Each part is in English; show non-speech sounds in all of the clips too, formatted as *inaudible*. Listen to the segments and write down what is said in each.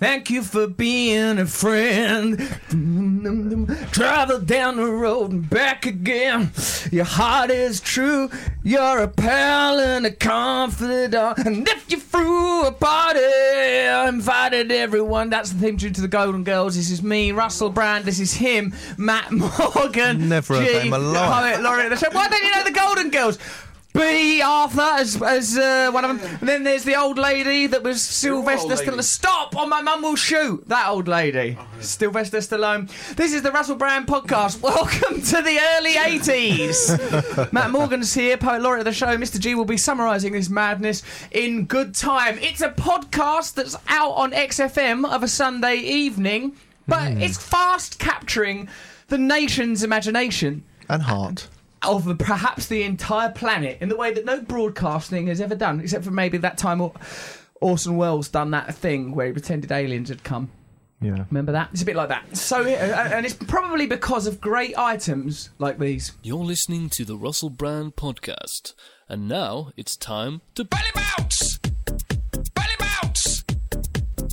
Thank you for being a friend. Travel down the road and back again. Your heart is true. You're a pal and a confidant. And if you threw a party, I invited everyone. That's the theme tune to the Golden Girls. This is me, Russell Brand. This is him, Matt *laughs* Morgan. Never heard G, that in my life. Poet laureate. They said, Why don't you know the Golden Girls? B. Arthur as, as uh, one of them. And then there's the old lady that was Sylvester Stallone. Stop! Or my mum will shoot that old lady. Sylvester Stallone. This is the Russell Brand podcast. *laughs* Welcome to the early 80s. Matt Morgan's here, poet laureate of the show. Mr. G will be summarising this madness in good time. It's a podcast that's out on XFM of a Sunday evening, but it's fast capturing the nation's imagination and heart. of perhaps the entire planet in the way that no broadcasting has ever done, except for maybe that time Or- Orson Welles done that thing where he pretended aliens had come. Yeah. Remember that? It's a bit like that. So, uh, and it's probably because of great items like these. You're listening to the Russell Brand podcast, and now it's time to belly bounce, belly bounce,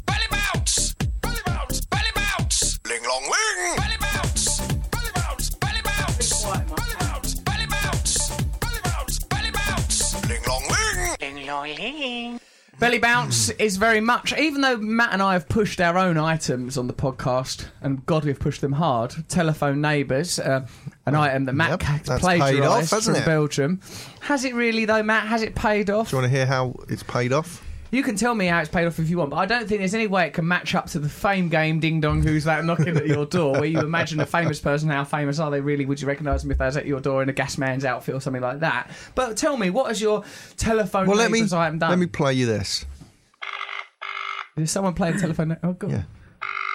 belly bounce, belly bounce, belly bounce, Ling long ling! belly bounce, belly bounce, belly bounce, belly bounce, belly bounce, belly bounce, belly bounce. Ling long ling! Belly bounce Hmm. is very much, even though Matt and I have pushed our own items on the podcast, and God, we've pushed them hard. Telephone neighbours, uh, an item that Matt Yep, had that's paid off, plagiarised from hasn't it? Belgium. Has it really though, Matt? Has it paid off? Do you want to hear how it's paid off? You can tell me how it's paid off if you want, but I don't think there's any way it can match up to the fame game Ding Dong Who's That Knocking at Your Door, where you imagine a famous person, how famous are they really? Would you recognise them if they was at your door in a gas man's outfit or something like that? But tell me, what has your telephone Well, let me neighbours item done? let me play you this. Is someone playing telephone? Oh, God. Yeah.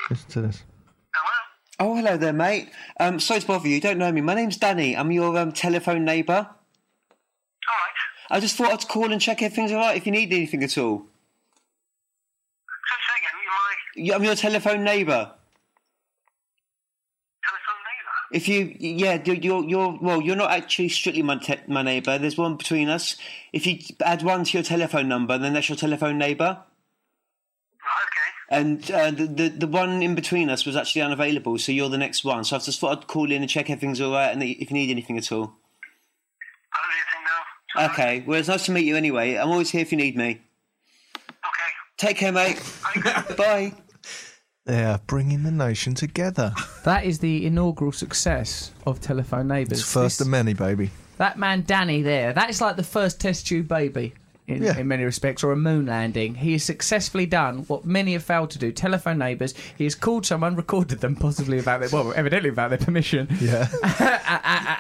Listen to this. Oh, hello there, mate. Um, sorry to bother you. You don't know me. My name's Danny. I'm your um, telephone neighbour. All right. I just thought I'd call and check if things are right. If you need anything at all, So say again, you're my You- I'm your telephone neighbour. telephone neighbour. If you, yeah, you're, you're, you're well, you're not actually strictly my, te- my neighbour. There's one between us. If you add one to your telephone number, then that's your telephone neighbour. Right, okay. And uh, the, the the one in between us was actually unavailable, so you're the next one. So I just thought I'd call in and check everything's all right, and that- if you need anything at all. I don't need anything now. Okay. Well, it's nice to meet you anyway. I'm always here if you need me. Okay. Take care, mate. *laughs* Bye. Yeah, bringing the *laughs* nation together. That is the inaugural success of Telephone Neighbours. It's first This- of many, baby. That man Danny there, that is like the first test tube baby in, Yeah. in many respects, or a moon landing. He has successfully done what many have failed to do telephone neighbours. He has called someone, *laughs* recorded them, possibly about their, well, evidently about their permission, *laughs* Yeah. a-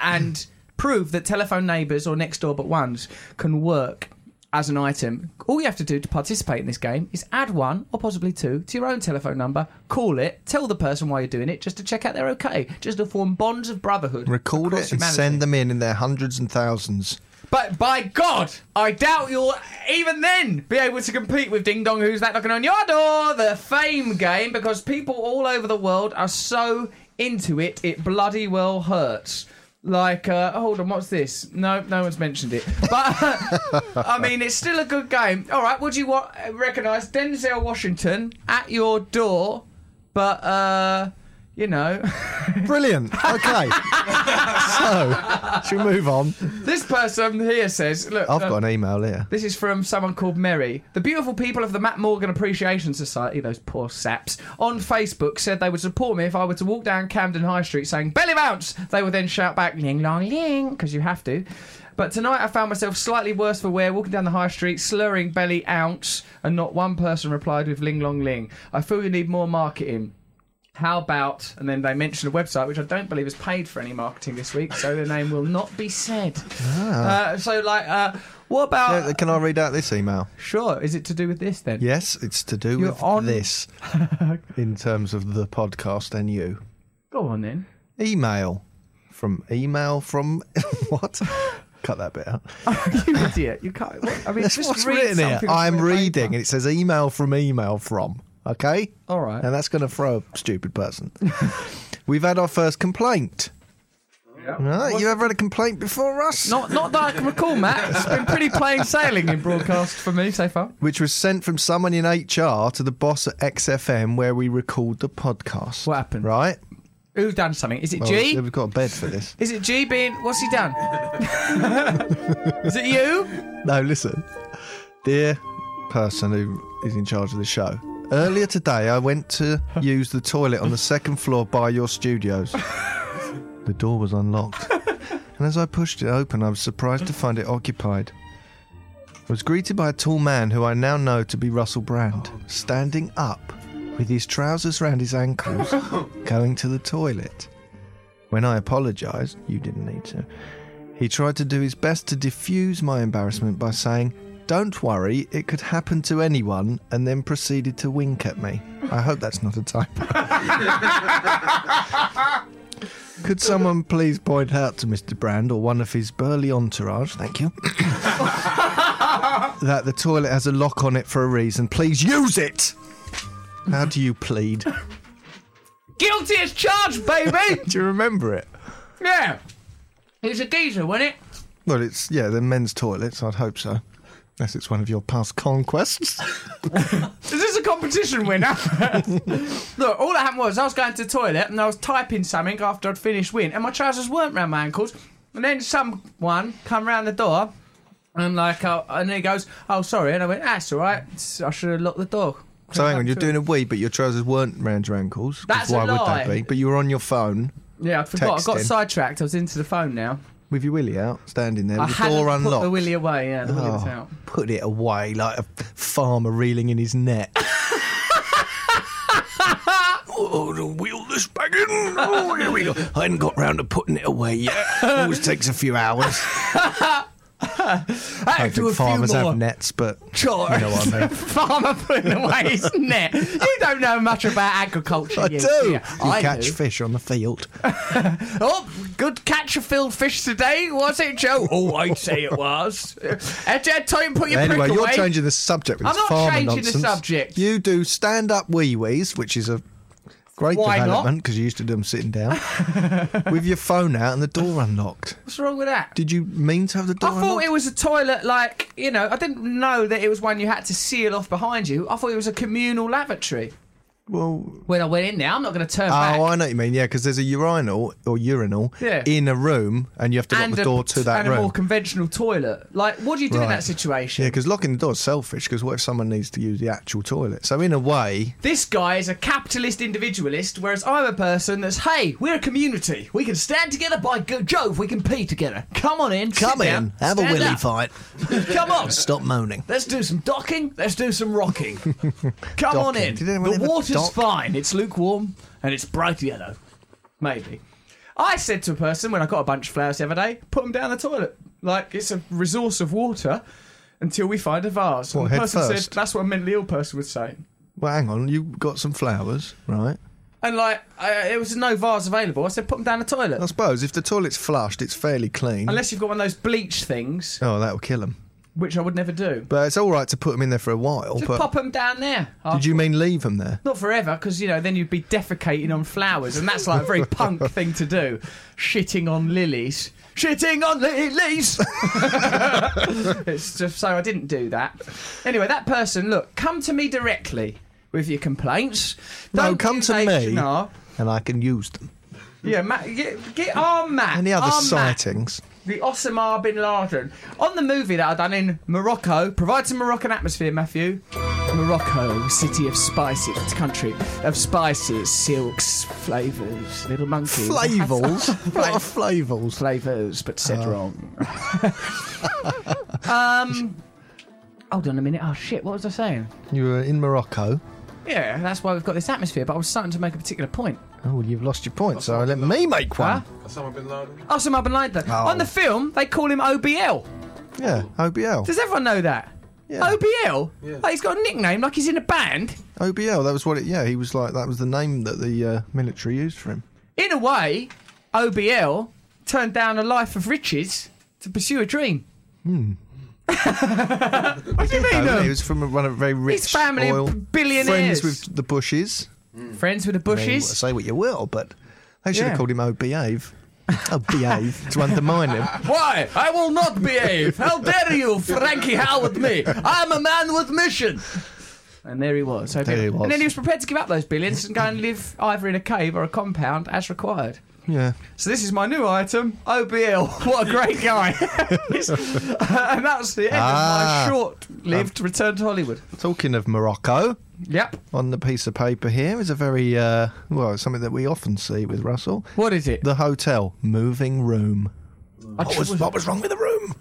a- and proved that telephone neighbours or next door but ones can work. As an item, all you have to do to participate in this game is add one or possibly two to your own telephone number, call it, tell the person why you're doing it, just to check out they're okay, just to form bonds of brotherhood. Record across it and humanity. send them in in their hundreds and thousands. But by God, I doubt you'll even then be able to compete with Ding Dong Who's That Knocking on Your Door, the fame game, because people all over the world are so into it, it bloody well hurts. Like, uh, hold on, what's this? No, no one's mentioned it. *laughs* But, I mean, it's still a good game. All right, would you wa- recognise Denzel Washington at your door? But, uh, you know. *laughs* Brilliant. Okay. so, should we move on? this person here says, look. I've uh, got an email here. This is from someone called Mary. The beautiful people of the Matt Morgan Appreciation Society, those poor saps, on Facebook said they would support me if I were to walk down Camden High Street saying, Belly bounce! They would then shout back, ling long ling, because you have to. But tonight I found myself slightly worse for wear, walking down the high street, slurring belly ounce, and not one person replied with ling long ling. I feel you need more marketing. How about, and then they mentioned a website which I don't believe has paid for any marketing this week, so their name will not be said. Uh, so, like, uh, what about. Yeah, Can I read out this email? Sure. Is it to do with this then? Yes, it's to do You're with on- *laughs* this in terms of the podcast and you. Go on *laughs* then. Email from email from *laughs* what? Cut that bit out. you idiot. You can't. What, I mean, That's *laughs* just what's read written here. something off I'm the reading, paper. and it says email from email from. Okay? All right. *laughs* And that's going to throw a stupid person. We've had our first complaint. Right, you ever had a complaint before, Russ? Not, not that I can recall, Matt. It's been pretty plain sailing in broadcast for me so far. Which was sent from someone in HR to the boss at XFM where we record the podcast. What happened? Right? Who's done something? Is it Well, G? We've got a bed for this. Is it G being? What's he *laughs* done? Is it you? No, listen. Dear person who is in charge of the show, earlier today I went to use the toilet on the second floor by your studios. The door was unlocked, and as I pushed it open, I was surprised to find it occupied. I was greeted by a tall man who I now know to be Russell Brand, standing up with his trousers round his ankles, going to the toilet. When I apologised, you didn't need to. He tried to do his best to diffuse my embarrassment by saying, Don't worry, it could happen to anyone, and then proceeded to wink at me. I hope that's not a typo. *laughs* could someone please point out to Mr. Brand or one of his burly entourage, thank you, *laughs* that the toilet has a lock on it for a reason? Please use it! How do you plead? Guilty as charged, baby. *laughs* Do you remember it? yeah. It was a geezer, wasn't it? Well, it's, yeah, the men's toilets, I'd hope so. Unless it's one of your past conquests. Is this a competition winner? *laughs* Look, all that happened was I was going to the toilet and I was typing something after I'd finished win, and my trousers weren't round my ankles. And then someone come round the door, and like, oh, and he goes, "Oh, sorry," and I went, "That's all right. It's- I should have locked the door." So hang on, you're doing a wee, but your trousers weren't round your ankles. 'cause That's a why lie. would they be? But you were on your phone Yeah, I forgot. I got texting. sidetracked. I was into the phone now. with your willy out, standing there I with the hadn't door put unlocked. Oh, the willy away. Yeah, the willy was out. Put it away like a farmer reeling in his net. *laughs* oh, the wheel this back in. Oh, here we go. I hadn't got round to putting it away yet. Always takes a *laughs* few hours. I I had don't to do a think few farmers more. have nets, but Sure. you know what I *laughs* mean. Farmer putting away his net. You don't know much about agriculture. I you do. dear. You I catch do. fish on the field. Oh, good catch of filled fish today, was it, Joe? oh, I'd say it was. *laughs* Ed, Ed, time put your Anyway, prick you're away. changing the subject. With I'm this not farmer changing the nonsense. subject. You do stand up wee wees, which is a great Why not? development because you used to do them *laughs* sitting down with your phone out and the door unlocked. What's wrong with that? Did you mean to have the door? I thought unlocked? it was a toilet, like you know. I didn't know that it was one you had to seal off behind you. I thought it was a communal lavatory. Well, When I went in there, I'm not going to turn back. oh, I know what you mean. Yeah, because there's a urinal or urinal Yeah. in a room, and you have to lock and the a- door to that and a room. more conventional toilet. Like, what do you do in Right. that situation? yeah, because locking the door is selfish. Because what if someone needs to use the actual toilet? So in a way, This guy is a capitalist individualist, whereas I'm a person that's, hey, we're a community. We can stand together by go- Jove, we can pee together. Come on in. come sit in, down, have a stand willy up. fight, Come on. stop moaning. Let's do some docking. Let's do some *laughs* rocking. Come on Docking. in. Did anyone The ever water's dock? fine. It's lukewarm and it's bright yellow. Maybe. I said to a person when I got a bunch of flowers the other day, put them down the toilet. Like it's a resource of water until we find a vase. What, and the head person first? said that's what a mentally ill person would say. Well, hang on, you got some flowers, right? And like, I, it was no vase available. I said, put them down the toilet. I suppose if the toilet's flushed, it's fairly clean. Unless you've got one of those bleach things, oh, that'll kill them. which I would never do. But it's all right to put them in there for a while. Just but pop them down there. did you mean leave them there? Not forever, because you know then you'd be defecating on flowers, and that's like a *laughs* very punk thing to do. Shitting on lilies, shitting on lilies. *laughs* it's just so I didn't do that. Anyway, that person, look, come to me directly with your complaints. No, Don't come use to me. HR. And I can use them. Yeah, Matt, get, get our Matt. Any other our Oh, Matt. sightings? the Osama bin Laden. On the movie that i done in Morocco, provides a Moroccan atmosphere, Matthew. Morocco, city of spices, it's a country of spices, silks, flavours, little monkeys. *laughs* Flavels? what are flavels? Flavours, but Ah. said wrong. *laughs* um, hold on a minute. Oh, shit, what was I saying? You were in Morocco. Yeah, that's why we've got this atmosphere, but I was starting to make a particular point. Oh, well, you've lost your point, so let me make one. Osama bin Laden. Osama bin Laden. Oh. On the film, they call him OBL. Yeah, OBL. Does everyone know that? Yeah. OBL? Like he's got a nickname, like he's in a band. OBL, that was what it, yeah, he was like, that was the name that the uh, military used for him. In a way, OBL turned down a life of riches to pursue a dream. *laughs* Hmm. what do you mean? No, um, he was from a, one of very rich family are oil, billionaires. Friends with the Bushes. friends with the I mean, bushes? say what you will, but they should Oh, Yeah. have called him OBave. Oh, behave. to undermine him. *laughs* Why? I will not behave. *laughs* How dare you, Frankie Howard me? I'm a man with mission. And there he was. So There he was. And then he was prepared to give up those billions and go and live either in a cave or a compound as required. Yeah. So this is my new item, OBL. *laughs* What a great guy. *laughs* uh, and that's the end Ah. of my short-lived return to Hollywood. Talking of Morocco, Yep. on the piece of paper here is a very, uh, well, something that we often see with Russell. What is it? The hotel, moving room. I What was, what was wrong with the room?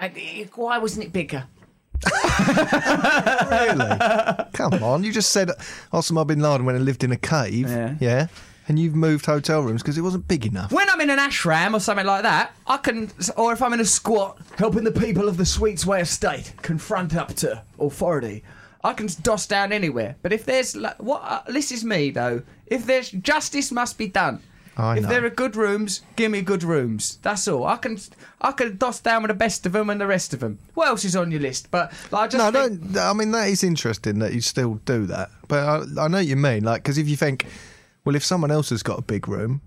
I- why wasn't it bigger? *laughs* Really? Come on. You just said Osama bin Laden went and lived in a cave. Yeah. And you've moved hotel rooms because it wasn't big enough. When I'm in an ashram or something like that, I can, or if I'm in a squat, helping the people of the sweets way of state confront up to authority, I can doss down anywhere. But if there's, li- what, uh, this is me though, if there's, justice must be done. I if know. there are good rooms, give me good rooms. That's all. I can, I can doss down with the best of them and the rest of them. What else is on your list? But like, I just No, think- don't. I mean, that is interesting that you still do that. But I, I know what you mean. Like, because if you think, well, if someone else has got a big room,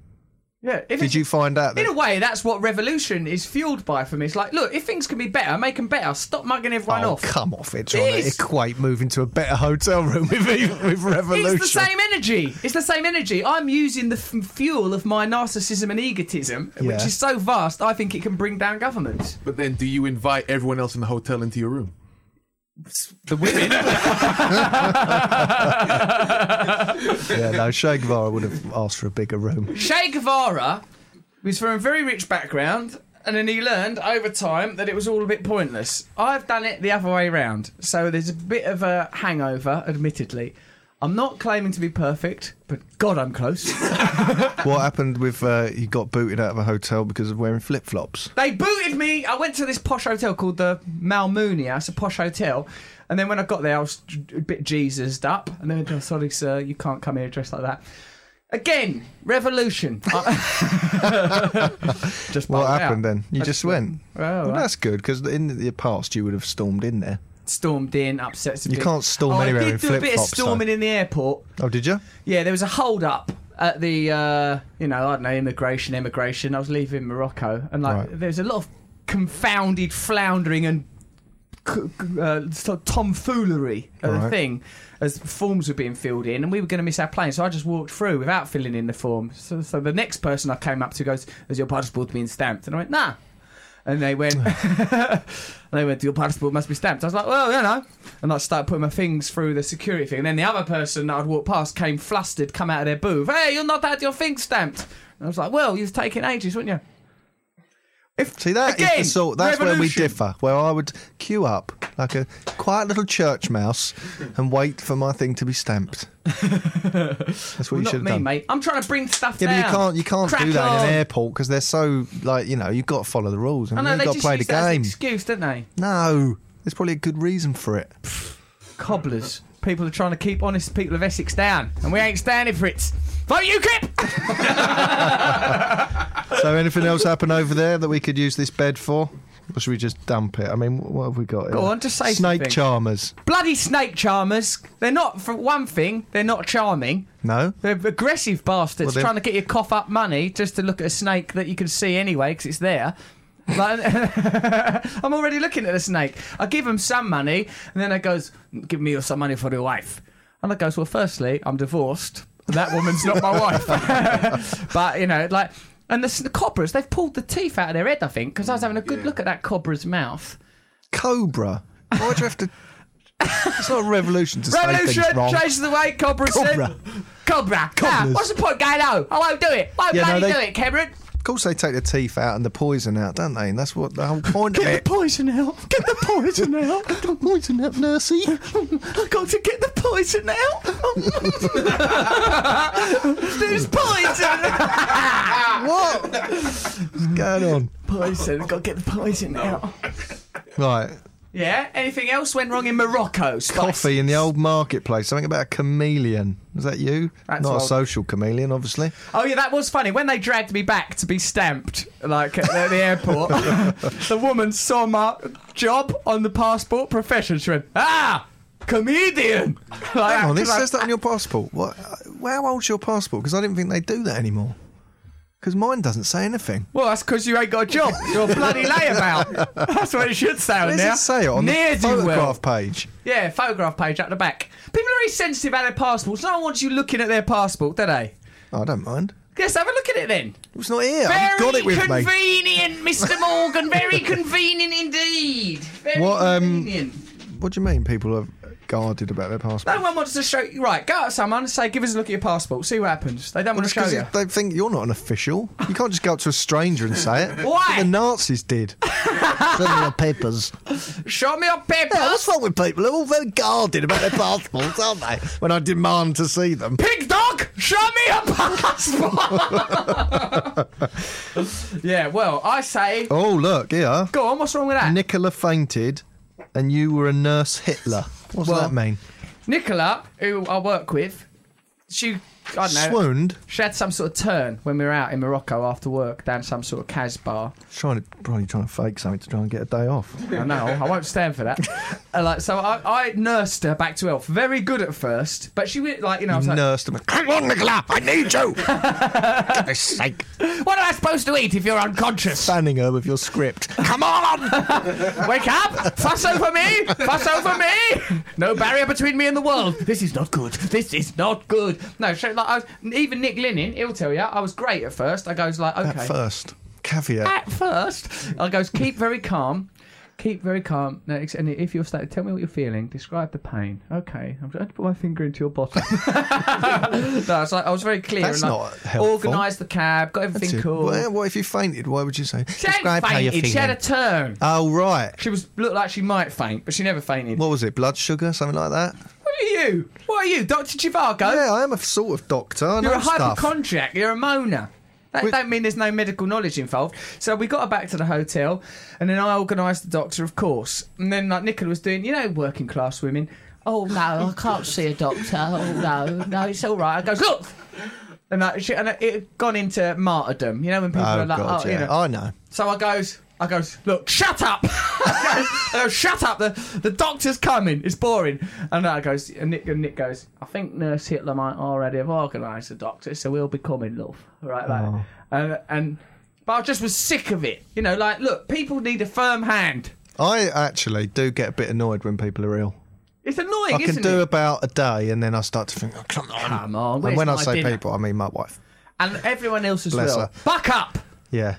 Yeah, if did it's- you find out that In a way, that's what revolution is fueled by for me. It's like, look, if things can be better, make them better. Stop mugging everyone Oh, off. come off it, trying It to is. equate moving to a better hotel room with, e, with revolution. It's the same energy. It's the same energy. I'm using the f- fuel of my narcissism and egotism, which Yeah. is so vast. I think it can bring down governments. But then, do you invite everyone else in the hotel into your room? The women. Yeah, no, Che Guevara would have asked for a bigger room. Che Guevara was from a very rich background, and then he learned over time that it was all a bit pointless. I've done it the other way round, so there's a bit of a hangover, admittedly. I'm not claiming to be perfect, but God, I'm close. What happened with uh, he got booted out of a hotel because of wearing flip flops? They booted me. I went to this posh hotel called the Malmunia. It's a posh hotel. And then when I got there, I was a bit Jesused up. And then they said, sorry, sir, you can't come here dressed like that. Again, revolution. *laughs* I- just What bowled out. happened then? You I just went. Oh, Well, right. that's good because in the past you would have stormed in there. Stormed in, upset some You people. can't storm Oh, anywhere I did in do a bit of flip-flops, though. storming in the airport. Oh, did you? Yeah, there was a hold up at the uh, you know I don't know immigration, immigration. I was leaving Morocco, and like Right. there was a lot of confounded floundering and c- c- uh, sort of tomfoolery of the Right. thing as forms were being filled in, and we were going to miss our plane. So I just walked through without filling in the form. So, so the next person I came up to goes, "Has your passport been stamped?" And I went, "Nah." And they *laughs* went, *laughs* and they went, your passport must be stamped. I was like, well, you know. And I started putting my things through the security thing. And then the other person that I'd walked past came flustered, come out of their booth. Hey, you're not had your thing stamped. And I was like, well, you've taken ages, wouldn't you? If, See that? is again, the sort- that's where we revolution. differ. Where I would queue up like a quiet little church mouse and wait for my thing to be stamped. that's what you Not should have me, done. mate. I'm trying to bring stuff Yeah, but down. you can't you can't Crack do that in on. an airport because they're so like you know you've got to follow the rules and I know, you've they got to just play the used that as an game. excuse, didn't they? No, there's probably a good reason for it. Cobblers. People are trying to keep honest people of Essex down. And we ain't standing for it. Vote UKIP! So anything else happen over there that we could use this bed for? Or should we just dump it? I mean, wh- what have we got? Go here? on, just say snake something. charmers. Bloody snake charmers. They're not, for one thing, they're not charming. No, They're aggressive bastards Well, they're- trying to get you cough up money just to look at a snake that you can see anyway because it's there. Like, *laughs* I'm already looking at the snake. I give him some money, and then I goes, "Give me your some money for your wife." And I goes, "Well, firstly, I'm divorced. That woman's not my wife." *laughs* but you know, like, and the, s- the cobras—they've pulled the teeth out of their head, I think, because I was having a good look at that cobra's mouth. cobra. Why would you *laughs* have to? It's not a revolution to say Revolution, things wrong. change the way Cobra said. Cobra. Cobra. Nah, Cobblers. what's the point, Galo? I won't do it. Won't Yeah, no, bloody they- do it, Cameron. Of course, they take the teeth out and the poison out, don't they? And that's what the whole point of Get it. the poison out. Get the poison out. Get the poison out, nursey. I've got to get the poison out. *laughs* There's poison. what? *laughs* What's going on? poison. I've got to get the poison out. Right. Yeah. Anything else went wrong in Morocco? Spice? coffee in the old marketplace. Something about a chameleon. Is that you? That's Not old. a social chameleon, obviously. Oh yeah, that was funny. When they dragged me back to be stamped, like at the, the airport, *laughs* the woman saw my job on the passport profession. She went, "Ah, comedian." Like that, Hang on, Oh, this 'cause I- says that on your passport. What? How old's your passport? Because I didn't think they do that anymore. Because mine doesn't say anything. Well, that's because you ain't got a job. You're a bloody layabout. *laughs* That's what it should say on Where there. does it say it on Near the do well. photograph page? Yeah, photograph page up the back. People are very sensitive about their passports. No one wants you looking at their passport, do they? I don't mind. Yes, have a look at it then. It's not here. Very I've got it with me. convenient, Mr. Morgan. Very convenient indeed. Very What, um, convenient. What do you mean people are guarded about their passport? No one wants to show you. Right, go up to someone and say, give us a look at your passport. See what happens. They don't want to show Because you. they think you're not an official. You can't just go up to a stranger and say it. Why? The *laughs* Nazis did. Send me your papers. Show me your papers. Yeah, what's wrong with people? They're all very guarded about their passports, aren't they? When I demand to see *laughs* them. Pig dog, show me your passport. *laughs* yeah, well, I say, Oh, look, yeah. go on. What's wrong with that? Nicola fainted and you were a nurse Hitler. What does Well, that mean? Nicola, who I work with, she I don't know. Swooned? She had some sort of turn when we were out in Morocco after work down some sort of Kaz bar. Trying to, probably trying to fake something to try and get a day off. I know, I won't stand for that. Uh, like, so I, I nursed her back to health. Very good at first, but she was like, you know, I was like, Nursed him. Hang on, Nicola, I need you. For goodness sake. what am I supposed to eat if you're unconscious? *laughs* Fanning her with *laughs* your script. Come on! Wake up! Fuss over me! Fuss over me! No barrier between me and the world. This is not good. This is not good. No, so, like, I was, even Nick Linen, he'll tell you, I was great at first. I goes like, okay. At first. Caveat. at first. I goes, keep very calm. Keep very calm. No, ex- and if you're static, tell me what you're feeling. Describe the pain. Okay, I'm going to put my finger into your bottom. *laughs* no, I was, like, I was very clear. That's and, not like, helpful. Organised the cab, got everything That's it. cool. Well, what if you fainted? Why would you say? she ain't fainted. She had a turn. Oh, right. She was looked like she might faint, but she never fainted. What was it? Blood sugar? Something like that? What are you? What are you, Doctor Chivago? Yeah, I am a sort of doctor. I Oh. You're know a stuff. hypochondriac. You're a moaner. That We- don't mean there's no medical knowledge involved. So we got her back to the hotel, and then I organised the doctor, of course. And then like Nicola was doing, you know, working class women. Oh no, I can't see a doctor. Oh no, no, it's all right. I goes look, and like, she, and it had gone into martyrdom. You know when people Oh, are like, God, oh, yeah. you know. I know. So I goes, I goes, look, shut up. *laughs* I goes, I goes, shut up. The, the doctor's coming. It's boring. And I goes, and Nick, and Nick goes, I think Nurse Hitler might already have organised the doctor, so we'll be coming, love. Right, like, Oh. and, and but I just was sick of it. You know, like, look, people need a firm hand. I actually do get a bit annoyed when people are ill. It's annoying, I isn't can do it? about a day, and then I start to think, oh, come on. Come on, and where's when I my say dinner? people, I mean my wife. and everyone else as Bless well. her. Buck up, Yeah.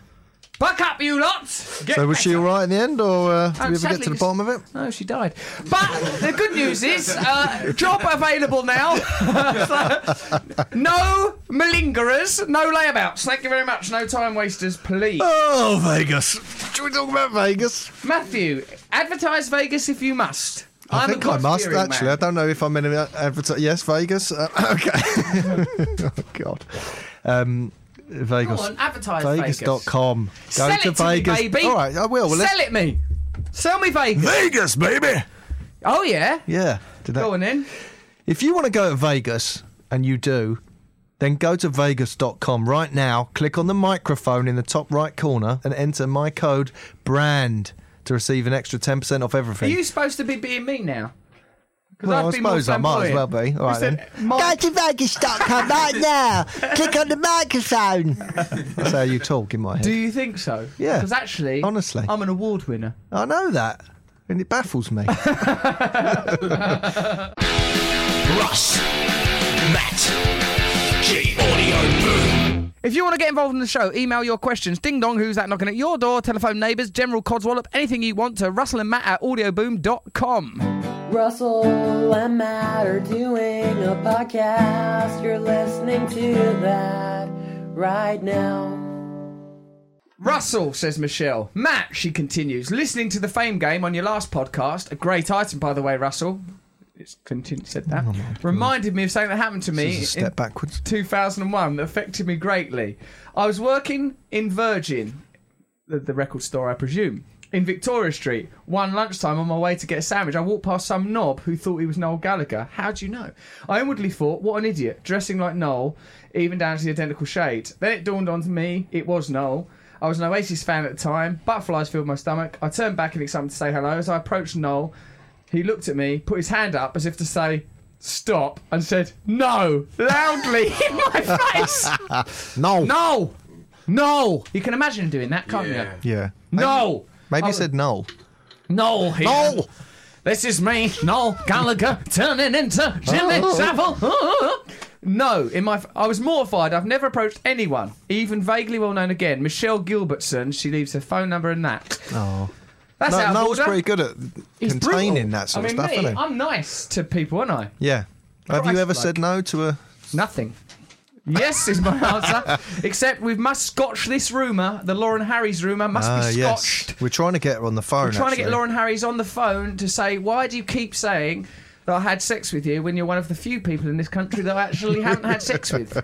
buck up, you lot. Get So was she better. all right in the end, or uh, Oh, did we ever get sadly, to the it's- bottom of it? No, she died. But the good news is, uh, job available now. *laughs* So, no malingerers, no layabouts. Thank you very much. No time wasters, please. Oh, Vegas. Should we talk about Vegas? Matthew, advertise Vegas if you must. I I'm a think I must, God-fearing actually. I man. don't know if I'm in an advertise. Yes, Vegas. Uh, *laughs* okay. oh, God. Um, Vegas. Go on, advertise Vegas. Vegas.com. Go Sell to it to me, Vegas. baby. All right, I will. Well, let's- Sell it me. Sell me Vegas. Vegas, baby. Oh, yeah. Yeah. Did that- Go on then. If you want to go to Vegas, and you do, then go to vegas.com right now, click on the microphone in the top right corner, and enter my code BRAND to receive an extra 10% off Are everything. you supposed to be being me now? 'Cause Well, I've I been more suppose I might as well flamboyant. be. All right, You then. said, "Mike, to vegas.com *laughs* right now. click on the microphone. *laughs* That's how you talk in my head. do you think so? Yeah. Because actually, Honestly. I'm an award winner. I know that, and it *laughs* baffles me. Russ, Matt, G Audio Boom. If you want to get involved in the show, email your questions. Ding dong, who's that knocking at your door? Telephone neighbours, general codswallop, anything you want to Russell and Matt at audioboom.com. Russell and Matt are doing a podcast. You're listening to that right now. Russell, says Michelle. Matt, she continues, listening to the fame game on your last podcast. A great item, by the way, Russell. It's continu- said that. Reminded me of something that happened to me. Oh This is a in- step backwards. 2001 that affected me greatly. I was working in Virgin, the, the record store, I presume, in Victoria Street, one lunchtime on my way to get a sandwich. I walked past some knob who thought he was Noel Gallagher. How do you know? I inwardly thought, what an idiot, dressing like Noel, even down to the identical shade. Then it dawned on me, it was Noel. I was an Oasis fan at the time. Butterflies filled my stomach. I turned back in excitement to say hello. As I approached Noel, he looked at me, put his hand up as if to say, stop, *laughs* and said, no, loudly in my face. No. No! No! You can imagine him doing that, can't Yeah. you? Yeah. No! Maybe Oh. he said *laughs* no. No! here. No! This is me, Noel Gallagher, turning into Jimmy Oh. Savile. *laughs* No, in my, I was mortified. I've never approached anyone, even vaguely well known again. Michelle Gilbertson, she leaves her phone number and that. Oh. That's out No, of Noel's order. pretty good at He's containing brutal. that sort I mean, of stuff, me, isn't he? I'm nice to people, aren't I? Yeah. Have Christ, you ever like- said no to a. Nothing. Yes is my *laughs* answer. Except we must scotch this rumour. The Lauren Harry's rumour must Ah, be scotched. yes. We're trying to get her on the phone. I'm trying to get actually. Lauren Harry's on the phone to say, why do you keep saying that I had sex with you when you're one of the few people in this country that I actually haven't had sex with?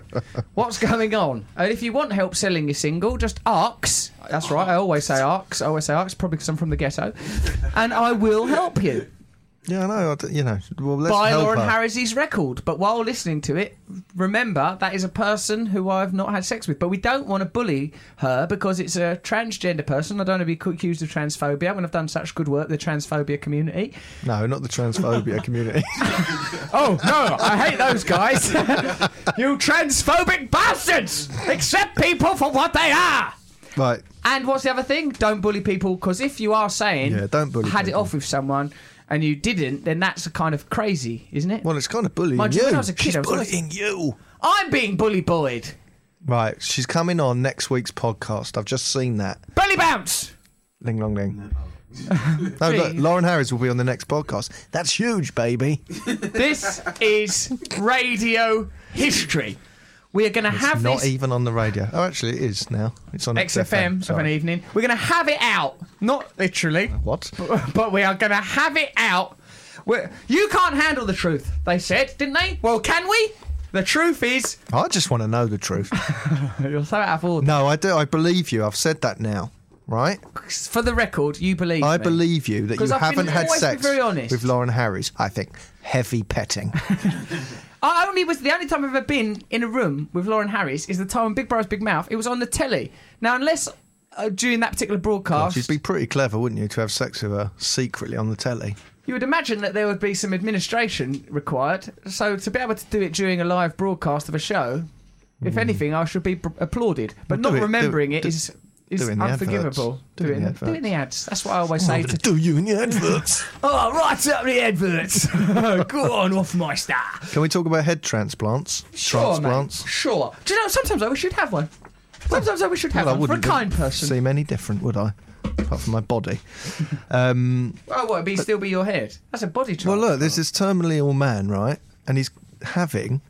*laughs* What's going on? And if you want help selling your single, just arcs. That's right, I always say arcs. I always say arcs, probably because I'm from the ghetto. And I will help you. Yeah, I know. I d- you know. Well, let's Buy help Lauren her. Harris's record. But while listening to it, remember that is a person who I've not had sex with. But we don't want to bully her because it's a transgender person. I don't want to be accused of transphobia when I've done such good work, the transphobia community. No, not *laughs* the transphobia community. *laughs* Oh, no, I hate those guys. *laughs* you transphobic bastards! Accept people for what they are! right. And what's the other thing? Don't bully people because if you are saying Yeah, don't bully I had people. it off with someone and you didn't, then that's a kind of crazy, isn't it? Well, it's kind of bullying Mind you, you. when I was a kid, she's I was always- bullying you. I'm being bully bullied. Right. She's coming on next week's podcast. I've just seen that. Belly bounce! Ling long ling. no, look, Lauren Harris will be on the next podcast. That's huge, baby. This is radio history. We are going to have Not this even on the radio. Oh, actually, it is now. It's on XFM of an sorry. evening. We're going to have it out. Not literally, *laughs* What? but we are going to have it out. We're, you can't handle the truth, they said, didn't they? Well, can we? The truth is. I just want to know the truth. You're so out of order. No, I do. I believe you. I've said that now. Right? For the record, you believe. I me. believe you that 'Cause you I've been- haven't had always been sex very honest. with Lauren Harris. I think heavy *laughs* petting. I only was the only time I've ever been in a room with Lauren Harris is the time on Big Brother's Big Mouth. It was on the telly. Now, unless uh, during that particular broadcast, She'd be pretty clever, wouldn't you, to have sex with her secretly on the telly? You would imagine that there would be some administration required. So to be able to do it during a live broadcast of a show, if anything, I should be pr- applauded. But Hmm. Well, do not it- do- remembering it do- is is do it in the unforgivable. adverts. Do it in the doing the ads. That's what I always say. To, *laughs* Do you in the adverts? *laughs* oh, right up the *laughs* adverts. Go on, off my star. Can we talk about head transplants? Sure, mate. transplants. Sure. Do you know? Sometimes I wish you'd have one. Sometimes I wish you'd have Well, I one for a wouldn't kind person. seem any different, would I? Apart from my body. Oh, what? It'd be still be your head. That's a body Well, transplant. look, there's this terminally ill man, right? And he's having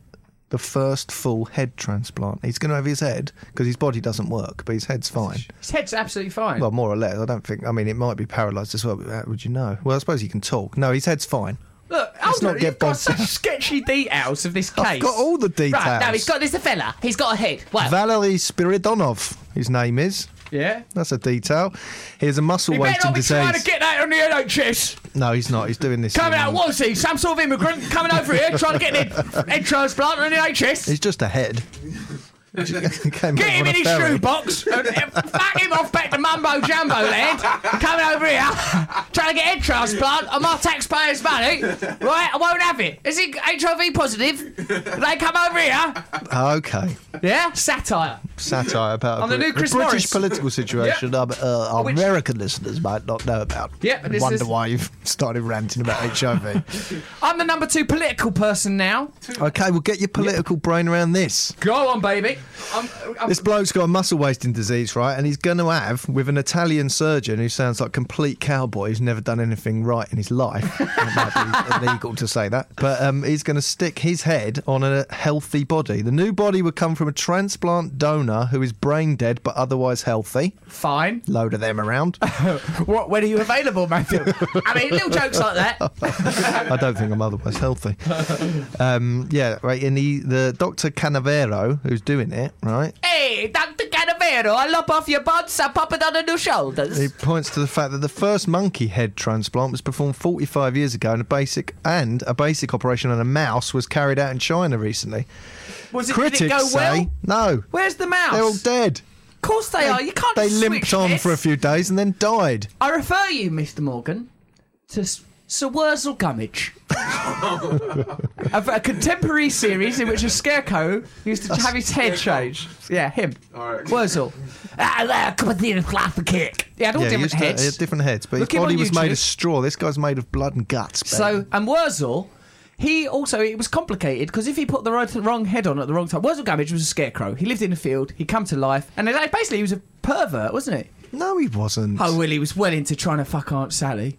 the first full head transplant. He's going to have his head because his body doesn't work, but his head's fine. His head's absolutely fine. Well, more or less. I don't think. I mean, it might be paralysed as well. But how would you know? Well, I suppose he can talk. No, his head's fine. Look, Let's Aldo, not get you've got bogged such *laughs* down. sketchy details of this case. I've got all the details. Right, now he's got this fella. He's got a head. What? Valery Spiridonov. His name is. yeah. That's a detail. He has a muscle He better wasting not be trying to disease. get that on the NHS. No, he's not. He's doing this. Coming in, out, um, was he? Some sort of immigrant coming over here trying to get an head, *laughs* head transplant on the NHS? He's just a head. Came Get him over on in a his ferry. shoebox and and back him off back to Mumbo Jumbo land. Coming over here, *laughs* trying to get head transplant on my taxpayers' money. Right, I won't have it. Is he HIV positive? They come over here. Oh, Okay. Yeah, satire. Satire about On the Brit- new Chris British Morris. political situation um, uh, our Which- American listeners might not know about. Yeah, And this wonder is- why you've *laughs* started ranting about *laughs* HIV. I'm the number two political person now. okay, well, get your political brain around this. Go on, baby. I'm, I'm, This bloke's got a muscle wasting disease, right? And he's going to have, with an Italian surgeon who sounds like complete cowboy who's never done anything right in his life. *laughs* it might be illegal to say that. But um, he's going to stick his head on a healthy body. The new body would come from a transplant donor who is brain dead but otherwise healthy. fine. Load of them around. What, when are you available, Matthew? *laughs* I mean, little jokes like that. I don't think I'm otherwise healthy. Um, yeah, right. And he, the Dr. Canavero, who's doing it, right? Hey, Dr. Canavero, I lop off your buns, I pop it on the new shoulders. He points to the fact that the first monkey head transplant was performed 45 years ago, and a basic and a basic operation on a mouse was carried out in China recently. Was it, Critics did it go say well? no. Where's the mouse? They're all dead. Of course they, are. You can't They switch limped on this. for a few days and then died. I refer you, Mr. Morgan, to s- Sir Wurzel *laughs* Gummidge. a, a contemporary series in which a scarecrow used to have his head changed. Yeah, him. All right. Wurzel. Ah, there, come with me and fly for kick. He had all Yeah, he Oh, different used to- he heads. had different heads, but Look his him body on was made YouTube. of straw. This guy's made of blood and guts. So, and Wurzel, he also, it was complicated because if he put the right, wrong head on at the wrong time, Wurzel Gummidge was a scarecrow. He lived in a field, he come to life, and then basically he was a pervert, wasn't he? Ben. no, he wasn't. Oh, well, he was well into trying to fuck Aunt Sally.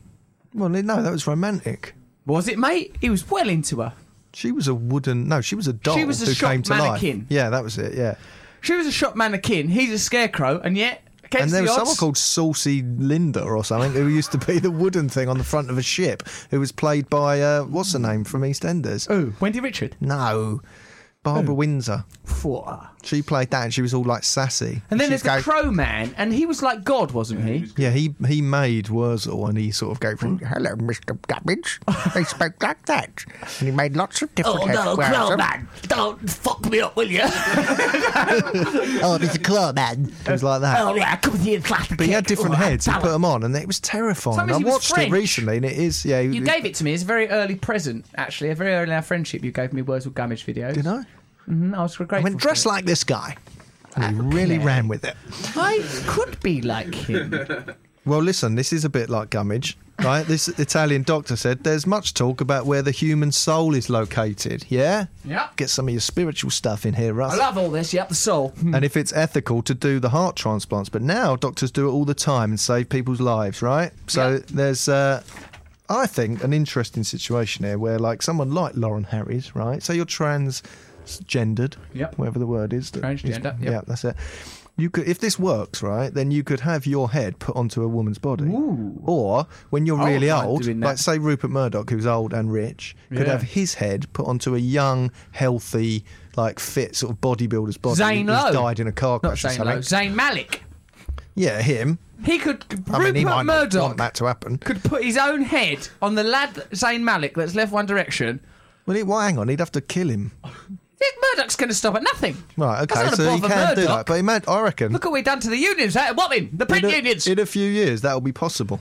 well, no, that was romantic. Was it, mate? He was well into her. She was a wooden. No, she was a doll She was a who shop came to mannequin. life. Yeah, that was it. Yeah, She was a shop mannequin, he's a scarecrow, and yet, against and there the was odds, someone called Saucy Linda or something who used to be the wooden thing on the front of a ship, who was played by uh, what's her name from EastEnders? Ooh, Wendy Richard. No, Barbara Windsor. Four. She played that, and she was all like sassy. And then She'd there's the go- Crow Man, and he was like God, wasn't he? Yeah, he he made Wurzel, and he sort of go from "Hello, Mister Gubbage." they spoke like that, and he made lots of Oh, different. Wurzel. don't fuck me up, will *laughs* you? Oh, Mister Clawman. It was like that. yeah, come with you and slap But he had different heads. He put them on, and it was terrifying. Sometimes I he was watched French. it recently, and it is yeah. You gave it to me as a very early present, actually, a very early in our friendship. You gave me Wurzel Gummidge videos. You know, Mm, I was grateful. I went for dressed it. like this guy. And Ah, he really ran with it. I could be like him. Well, listen, this is a bit like Gummidge, right? this Italian doctor said there's much talk about where the human soul is located. Yeah, Yeah. Get some of your spiritual stuff in here, Russ. I love all this. Yep, the *laughs* soul. and if it's ethical to do the heart transplants. But now doctors do it all the time and save people's lives, right? So Yeah. there's, uh, I think, an interesting situation here where, like, someone like Lauren Harris, right? So you're transgendered, Yep. whatever the word is. that- Transgender, yep. Yeah, that's it. You could, if this works, right, then you could have your head put onto a woman's body. Or when you're Oh, I really wouldn't mind old, doing that. like say Rupert Murdoch, who's old and rich, could Yeah. have his head put onto a young, healthy, like fit sort of bodybuilder's body. Zane He's Lowe. died in a car Not crash or Zane something. Lowe. Zane Malik. Yeah, him. He could. I Rupert mean, he might not Murdoch want that to happen. could put his own head on the lad that- Zayn Malik that's left One Direction. Well, he, well, hang on, he'd have to kill him. Yeah, Murdoch's going to stop at nothing. Right, okay, That's not so a he bother, can do Murdoch. that. But he meant, I reckon, Look what we've done to the unions out of Wapping, the print in, unions. a, in a few years, that'll be possible.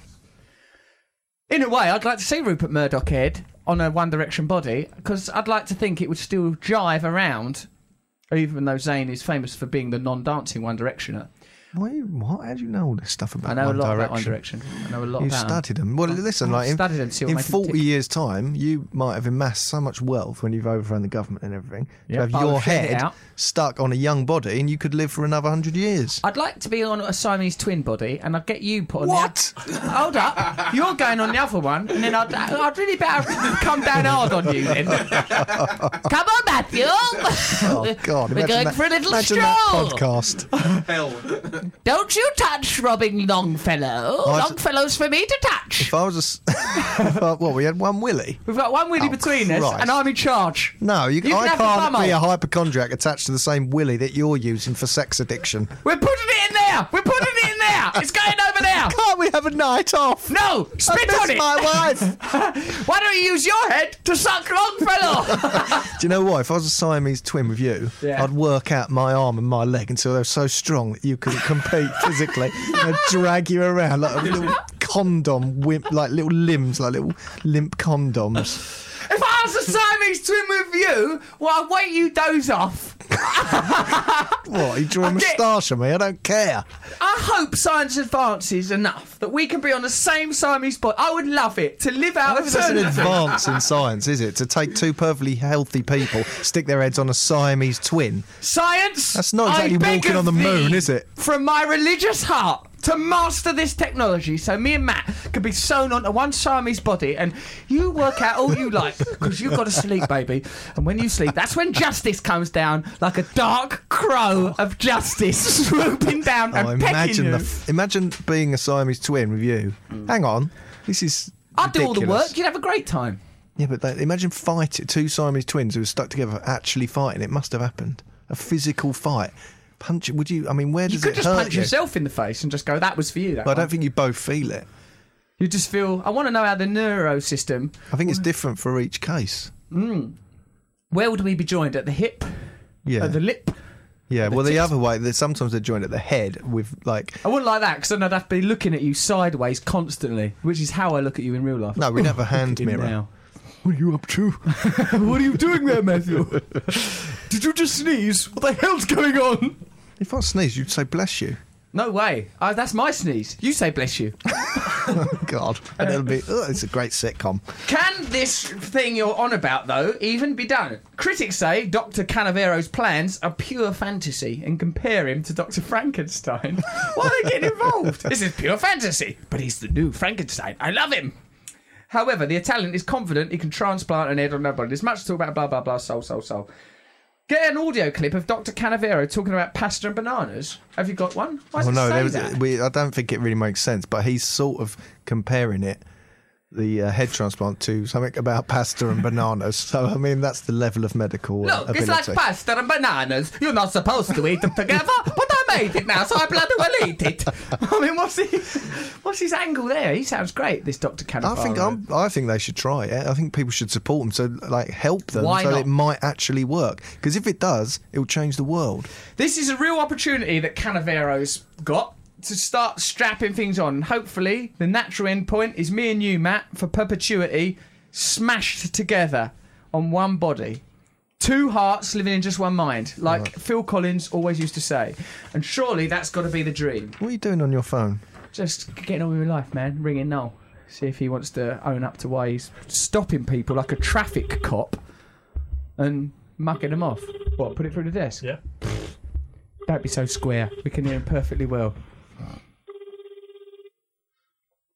in a way, I'd like to see Rupert Murdoch head on a One Direction body because I'd like to think it would still jive around, even though Zayn is famous for being the non-dancing One Directioner. What, what? How do you know all this stuff about I know One a lot about Direction? One Direction. I know a lot You about 'em. studied them. Well, listen, I've like in, studied 'em, see what in makes 'em 40 tick. years' time, you might have amassed so much wealth when you've overthrown the government and everything. Yeah, to have but I your would've figured it head out. stuck on a young body and you could live for another 100 years. I'd like to be on a Siamese twin body, and I'd get you put on What? The oth- Hold up, you're going on the other one, and then I'd, I'd really better come down hard on you *laughs* then. come on, Matthew. Oh, God. we're imagine going that, for a little imagine stroll. that podcast. Don't you touch Robin Longfellow. I- Longfellow's for me to touch. Oh, If I was a. s- *laughs* if I- well, we had one Willie. We've got one Willie Oh, between us, Christ. and I'm in charge. No, you, You can I have the can't bumhole. be a hypochondriac attached to the same willy that you're using for sex addiction. We're putting it in there. We're putting it in there. It's going over there. Can't we have a night off? No, I spit miss on it. my wife. Why don't you use your head to suck *laughs* Longfellow? Do you know what? If I was a Siamese twin with you, Yeah. I'd work out my arm and my leg until they were so strong that you couldn't compete physically. I'd drag you around like a little condom, wimp, like little limbs, like little limp condoms. If I was a Siamese twin with you, well, I'd wait you doze off. What? You drew a I'd get- moustache on me? I don't care. I hope science advances enough that we can be on the same Siamese body. I would love it to live out I don't of think that's an eternity. advance in science, is it? To take two perfectly healthy people, stick their heads on a Siamese twin. Science. That's not I exactly beg walking of on the thee, moon, is it? From my religious heart. To master this technology, so me and Matt could be sewn onto one Siamese body, and you work out all you like because you've got to sleep, baby. And when you sleep, that's when justice comes down like a dark crow of justice *laughs* swooping down and Oh, pecking imagine you. the f- imagine being a Siamese twin with you. Hang on, this is. I'd do all the ridiculous. work. You'd have a great time. Yeah, but they, imagine fight two Siamese twins who were stuck together actually fighting. It must have happened. A physical fight. Punch? Would you? I mean, where does You could it just hurt punch you? yourself in the face and just go, "That was for you." That But I one." don't think you both feel it. you just feel. I want to know how the neuro system. I think it's different for each case. Where would we be joined at the hip? Yeah. At the lip? Yeah, well, the other way, that sometimes they're joined at the head with like. I wouldn't like that because then I'd have to be looking at you sideways constantly, which is how I look at you in real life. No, we'd have a hand Look at him mirror. now. *laughs* What are you up to? what are you doing there, Matthew? Did you just sneeze? What the hell's going on? if I sneeze, you'd say bless you. *laughs* No way. Uh, that's my sneeze. You say bless you. God, and it'll be. Oh, it's a great sitcom. Can this thing you're on about, though, even be done? Critics say Dr. Canavero's plans are pure fantasy and compare him to Dr. Frankenstein. *laughs* Why are they getting involved? This is pure fantasy, but he's the new Frankenstein. I love him. However, the Italian is confident he can transplant an head on nobody. There's much to talk about, blah, blah, blah, soul, soul, soul. Get an audio clip of Dr. Canavero talking about pasta and bananas. Have you got one? Why does Well, it no, say there was, that? we, I don't think it really makes sense, but he's sort of comparing it, the uh, head transplant, to something about pasta and bananas. So, I mean, that's the level of medical uh, Look, ability. it's like pasta and bananas. You're not supposed to eat them together, *laughs* but I made it now, so I bloody well eat it. *laughs* I mean, what's his, what's his angle there? He sounds great, this Dr. I Cannavaro. think I'm, I think they should try it. I think people should support them, so like help them, Why so not? it might actually work. Because if it does, it will change the world. This is a real opportunity that Canavero's got to start strapping things on. Hopefully, the natural end point is me and you, Matt, for perpetuity, smashed together on one body. Two hearts living in just one mind, like Phil Collins always used to say. And surely that's got to be the dream. What are you doing on your phone? Just getting on with your life, man. Ringing Noel. See if he wants to own up to why he's stopping people like a traffic cop and mucking them off. What, put it through the desk? Yeah. Don't be so square. We can hear him perfectly well.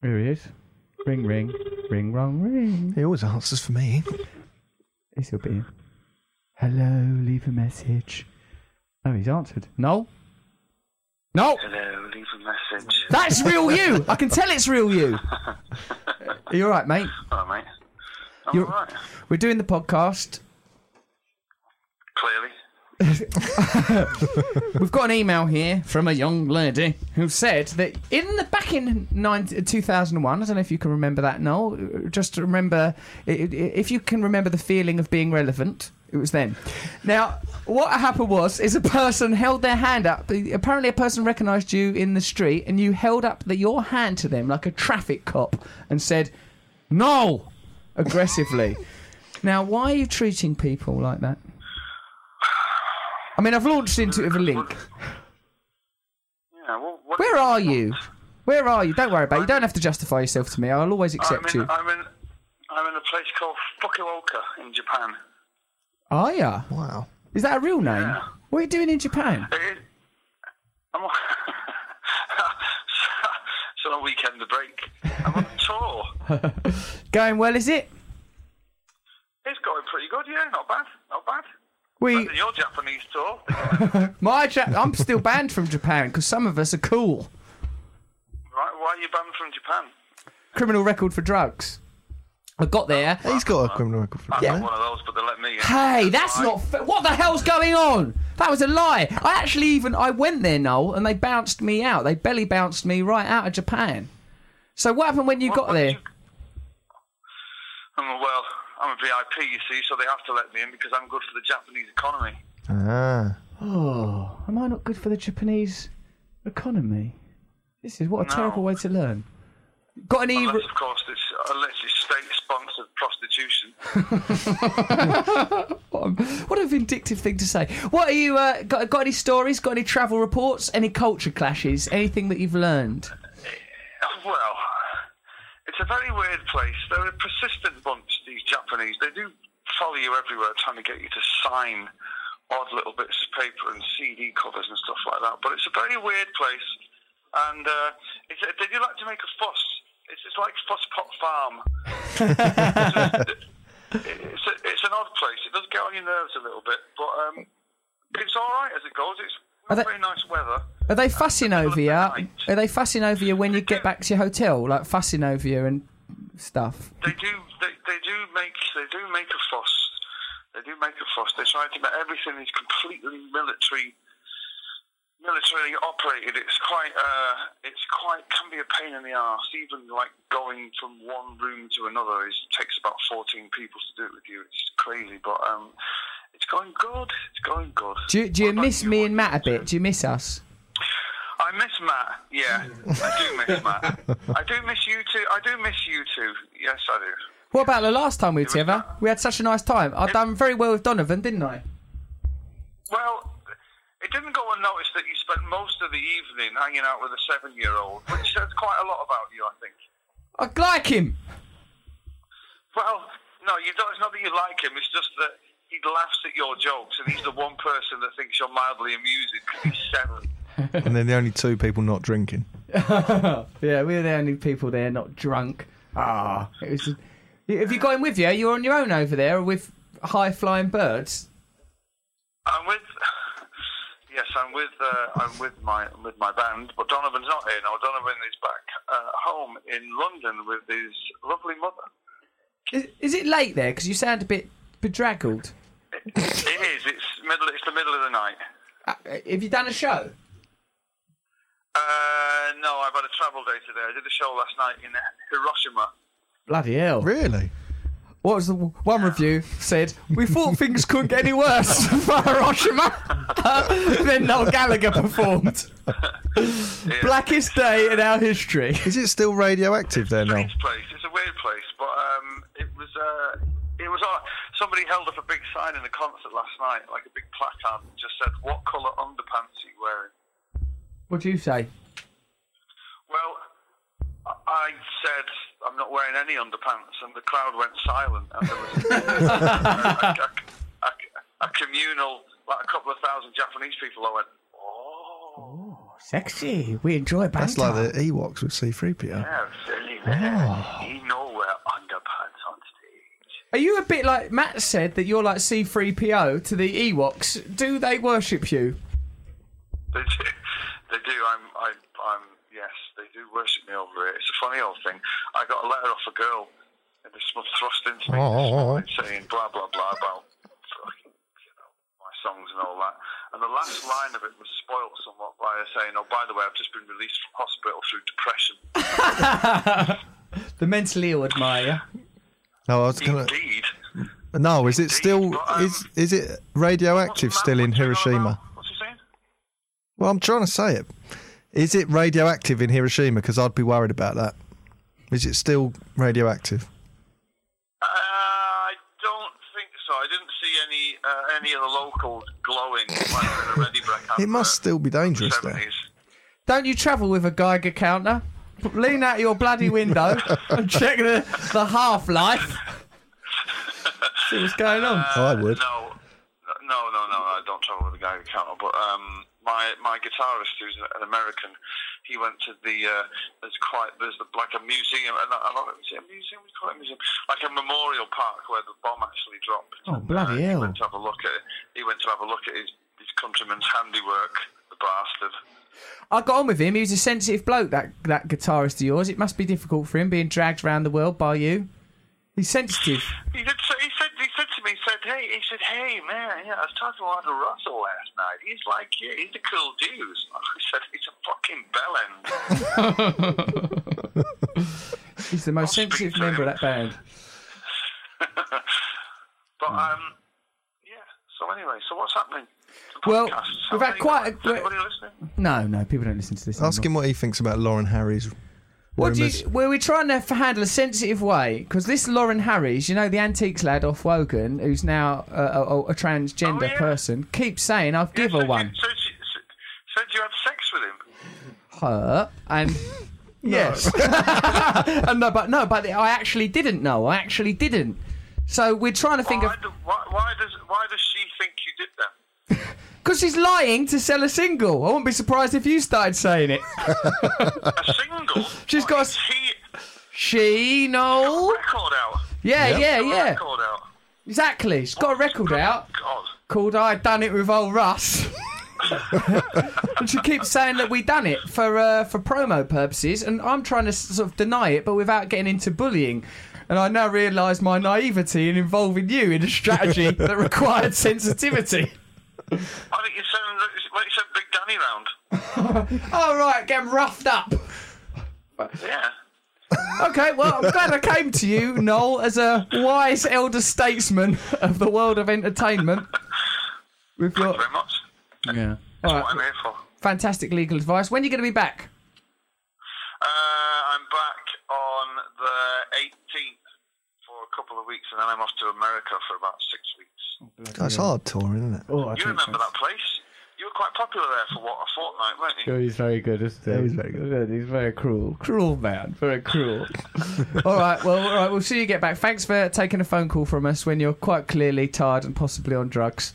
Here he is. Ring, ring. Ring, wrong, ring. He always answers for me. This will be him. Hello, leave a message. Oh, he's answered. No? No! Hello, leave a message. That's real you! I can tell it's real you! Are you alright, mate? All right, mate. I'm You're- all right. We're doing the podcast. Clearly. We've got an email here from a young lady who said that in the back in 19, 2001, I don't know if you can remember that, Noel. Just remember, i- i- if you can remember the feeling of being relevant, it was then. Now, what happened was, is a person held their hand up. Apparently, a person recognised you in the street, and you held up the, your hand to them like a traffic cop and said, "No," aggressively. now, why are you treating people like that? I mean, I've launched into it with a link. Yeah, well, what, Where are you? Where are you? Don't worry about it. You don't have to justify yourself to me. I'll always I'm accept in, you. I'm in, I'm in a place called Fukuoka in Japan. Are ya? Wow. Is that a real name? Yeah. What are you doing in Japan? It is. I'm on, *laughs* it's on a weekend break. I'm on tour. Going well, is it? It's going pretty good, yeah. Not bad. Not bad. We, Better than your Japanese tour. my, ja- I'm still banned from Japan because some of us are cool. Right, why are you banned from Japan? Criminal record for drugs. I got there. He's got a criminal record for I'm that. not one of those, but they let me in. Hey, that's not fa- what the hell's going on. That was a lie. I actually even I went there, Noel, and they bounced me out. They belly bounced me right out of Japan. So what happened when you What- got what there? did you- Um, well, I'm a VIP, you see, so they have to let me in because I'm good for the Japanese economy. Ah. Oh, am I not good for the Japanese economy? This is what a No. terrible way to learn. Got any? Unless, of course, it's unless it's state-sponsored prostitution. What a vindictive thing to say. What are you? Uh, got, got any stories? Got any travel reports? Any culture clashes? Anything that you've learned? Well, it's a very weird place. They're a persistent bunch, these Japanese. They do follow you everywhere, trying to get you to sign odd little bits of paper and CD covers and stuff like that. But it's a very weird place, and uh, it's, they do like to make a fuss. It's, it's like Fuss Pot Farm. it's, a, it's an odd place. It does get on your nerves a little bit, but um, it's all right as it goes. It's Are they- very nice weather. Are they fussing over you? Are Right. they fussing over you when you get back to your hotel? Like fussing over you and stuff. they do they, they do make they do make a fuss. They do make a fuss. They try to make everything is completely military militarily operated. It's quite uh it's quite can be a pain in the arse. Even like going from one room to another is takes about fourteen people to do it with you. It's crazy. But um it's going going good. It's going good. Do you, do you What about miss you? me What and you Matt a up to? bit? Do you miss us? I miss Matt. Yeah, I do *laughs* miss Matt. I do miss you two. I do miss you two. Yes, I do. What about the last time we were was together? Matt. We had such a nice time. I've done very well with Donovan, didn't I? Well, it didn't go unnoticed that you spent most of the evening hanging out with a seven-year-old, which says quite a lot about you, I think. I like him. *laughs* Well, no, you don't. It's not that you like him. It's just that he laughs at your jokes, and he's the one person that thinks you're mildly amusing 'cause he's seven. And they're the only two people not drinking. Yeah, we were the only people there not drunk. Ah, it was. Have you got him with you? You're on your own over there with high flying birds. I'm with. *laughs* Yes, I'm with. Uh, I'm with my with my band, but Donovan's not here now. Donovan is back uh, home in London with his lovely mother. Is, is it late there? Because you sound a bit bedraggled. It is. It's middle. It's the middle of the night. Uh, have you done a show? Uh, no, I've had a travel day today. I did a show last night in Hiroshima. Bloody hell! Really? What was the one review said? We thought things couldn't get any worse *laughs* for Hiroshima. *laughs* then Noel Gallagher performed "Blackest Day in Our History." Is it still radioactive there now? strange place. It's a weird place, but um, it was uh, it was all right. somebody held up a big sign in the concert last night, like a big placard, that just said, "What colour underpants are you wearing?" What do you say? Well, I- I said I'm not wearing any underpants, and the crowd went silent. And there was a, a, a- a communal, like a couple of thousand Japanese people. I went, "Oh, Sexy. We enjoy banter. That's like the Ewoks with C3PO. yeah, silly man. You know wear underpants on stage." *laughs* Are you a bit like Matt said that you're like C3PO to the Ewoks? Do they worship you? They do. They do. I'm. I, I'm. Yes, they do worship me over it. It's a funny old thing. I got a letter off a girl, and this was thrust into me Oh. this morning saying blah blah blah about fucking, you know, my songs and all that. And the last line of it was spoilt somewhat by her saying, "Oh, by the way, I've just been released from hospital through depression." The mentally ill admire. No, I was gonna. Indeed. No, is it Indeed, still but, um, is is it What's the radioactive matter? still in What's he on Hiroshima? about? What's he saying? Well, I'm trying to say it. Is it radioactive in Hiroshima? Because I'd be worried about that. Is it still radioactive? Uh, I don't think so. I didn't see any uh, any of the locals glowing like the Ready Break It must advert. still be dangerous there. 70s. Don't you travel with a Geiger counter? Lean out your bloody window and check the, the half life. See what's going on. Oh, I would. No, no, no, no, no. I don't travel with a guy who can't. But um, my my guitarist, who's an American, he went to the uh, there's quite there's the, like a museum. And I don't know, is it a museum? We call it a museum, like a memorial park where the bomb actually dropped. Oh, bloody hell. And, uh, He went to have a look at it. He went to have a look at his his countryman's handiwork. The bastard. I got on with him. He was a sensitive bloke, that, that guitarist of yours. It must be difficult for him being dragged around the world by you. He's sensitive. He did. Say, he said. He said to me. He said, "Hey." He said, "Hey, man. Yeah, I was talking to Roger Russell last night. He's like, yeah, he's a cool dude." *laughs* I said, "He's a fucking bellend." *laughs* He's the most sensitive member of that band. But um, yeah. So anyway, so what's happening? The Well, podcasts, we've how had many quite a- Is anybody listening? No, no, people don't listen to this. Ask anymore. him what he thinks about Lauren Harry's What do rumours. you, well, we're trying to handle a sensitive way because this Lauren Harris, you know, the antiques lad off Wogan, who's now a, a, a transgender Oh, yeah. person, keeps saying, I've Yeah, give her said one. You, said, you, said you had sex with him. Her. *laughs* And. Yes. *laughs* and no, but no, but I actually didn't know. I actually didn't. So we're trying to think Why, of. do, why, why does why does she think you did that? Because she's lying to sell a single. I wouldn't be surprised if you started saying it. A single. Uh, *laughs* She's Like, got a- is he She, no. record out. Yeah, yeah, Got a yeah. Record out. Exactly. She's got a record out. God. called I Done It With Old Russ. *laughs* and she keeps saying that we done it for uh, for promo purposes, and I'm trying to s- sort of deny it, but without getting into bullying. And I now realise my naivety in involving you in a strategy that required sensitivity. Why don't you send why don't you send Big Danny round? All right, getting roughed up. Yeah. Okay, well, I'm glad I came to you, Noel, as a wise elder statesman of the world of entertainment. We've Thank you got very much. yeah. That's All what I'm right. here for. Fantastic legal advice. When are you going to be back? Uh, I'm back on the 18th for a couple of weeks, and then I'm off to America for about six weeks. Oh, God, it's hard touring, isn't it? Oh, I you think remember so. that place? You were quite popular there for what a fortnight, weren't you? Oh, he's very good, isn't he? he's very good. He's very cruel. Cruel man. Very cruel. all right. Well, all right. We'll see you get back. Thanks for taking a phone call from us when you're quite clearly tired and possibly on drugs.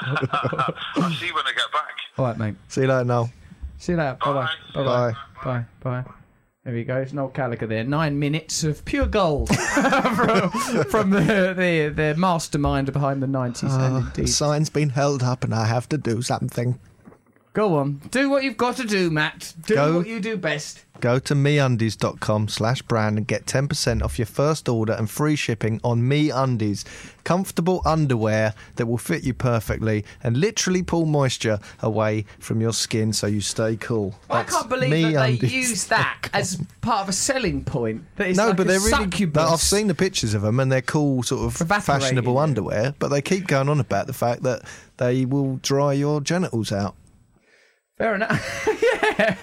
I'll see you when I get back. All right, mate. See you later, Noel. See you later. Bye-bye. Bye-bye. Bye. Bye. Bye. There we go. It's Noel Gallagher there. Nine minutes of pure gold *laughs* from, from the, the the mastermind behind the 90s. Oh, and Uh, the indeed. sign's been held up and I have to do something. Go on. Do what you've got to do, Matt. Do Go. what you do best. Go to meundies.com slash brand and get 10% off your first order and free shipping on Me Undies. Comfortable underwear that will fit you perfectly and literally pull moisture away from your skin so you stay cool. I can't believe that they use *laughs* that as part of a selling point. That it's No, like but a they're really. succubus. I've seen the pictures of them, and they're cool, sort of Evaporating. fashionable underwear. But they keep going on about the fact that they will dry your genitals out. Fair enough. *laughs* yeah.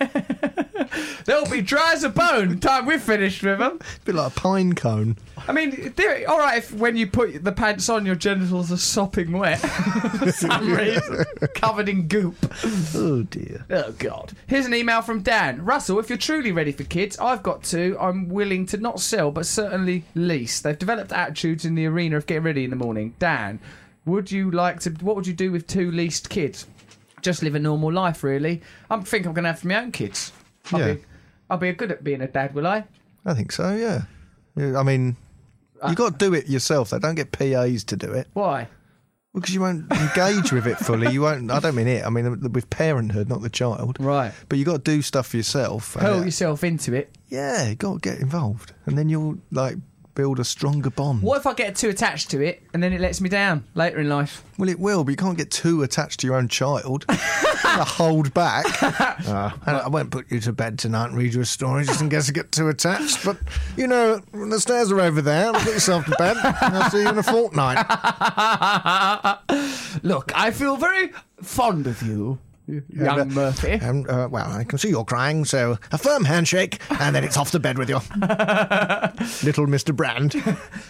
They'll be dry as a bone time we're finished with them. It's a bit like a pine cone. I mean, they're- all right, if when you put the pants on, your genitals are sopping wet *laughs* for *laughs* some reason, covered in goop. Oh dear. Oh God! Here's an email from Dan Russell. If you're truly ready for kids, I've got two. I'm willing to not sell, but certainly lease. They've developed attitudes in the arena of getting ready in the morning. Dan, would you like to? What would you do with two leased kids? Just live a normal life, really. I think I'm going to have my own kids. I'll Yeah. be, I'll be good at being a dad, will I? I think so. Yeah. Yeah, I mean, Ah. you got to do it yourself. They don't get PAs to do it Why? because you won't engage with it fully. You won't. I don't mean it. I mean with parenthood, not the child. Right. But you got to do stuff for yourself. and Hurl it- yourself into it. yeah, you got to get involved, and then you'll like build a stronger bond. What if I get too attached to it and then it lets me down later in life? Well, it will, but you can't get too attached to your own child. to *laughs* hold back. Ah, I, I won't put you to bed tonight and read you a story just in case you get too attached. But, you know, the stairs are over there. Put yourself to bed. and I'll see you in a fortnight. *laughs* Look, I feel very fond of you, *laughs* young but- Murphy. Um, uh, well, I can see you're crying, so a firm handshake, and then it's off to bed with you. Little Mr. Brand.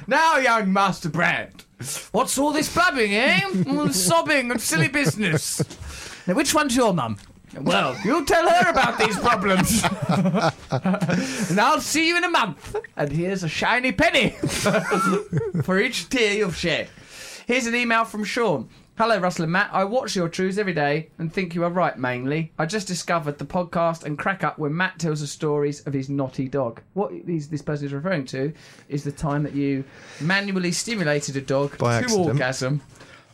Now, young Master Brand, what's all this blabbing, eh? All the sobbing and silly business. Now, which one's your mum? Well, *laughs* you tell her about these problems. and I'll see you in a month. And here's a shiny penny *laughs* for each tear you've shed. Here's an email from Sean. Hello, Russell and Matt. I watch your truths every day and think you are right mainly. I just discovered the podcast and crack up when Matt tells the stories of his naughty dog. What he's, this person is referring to is the time that you manually stimulated a dog By to accident. orgasm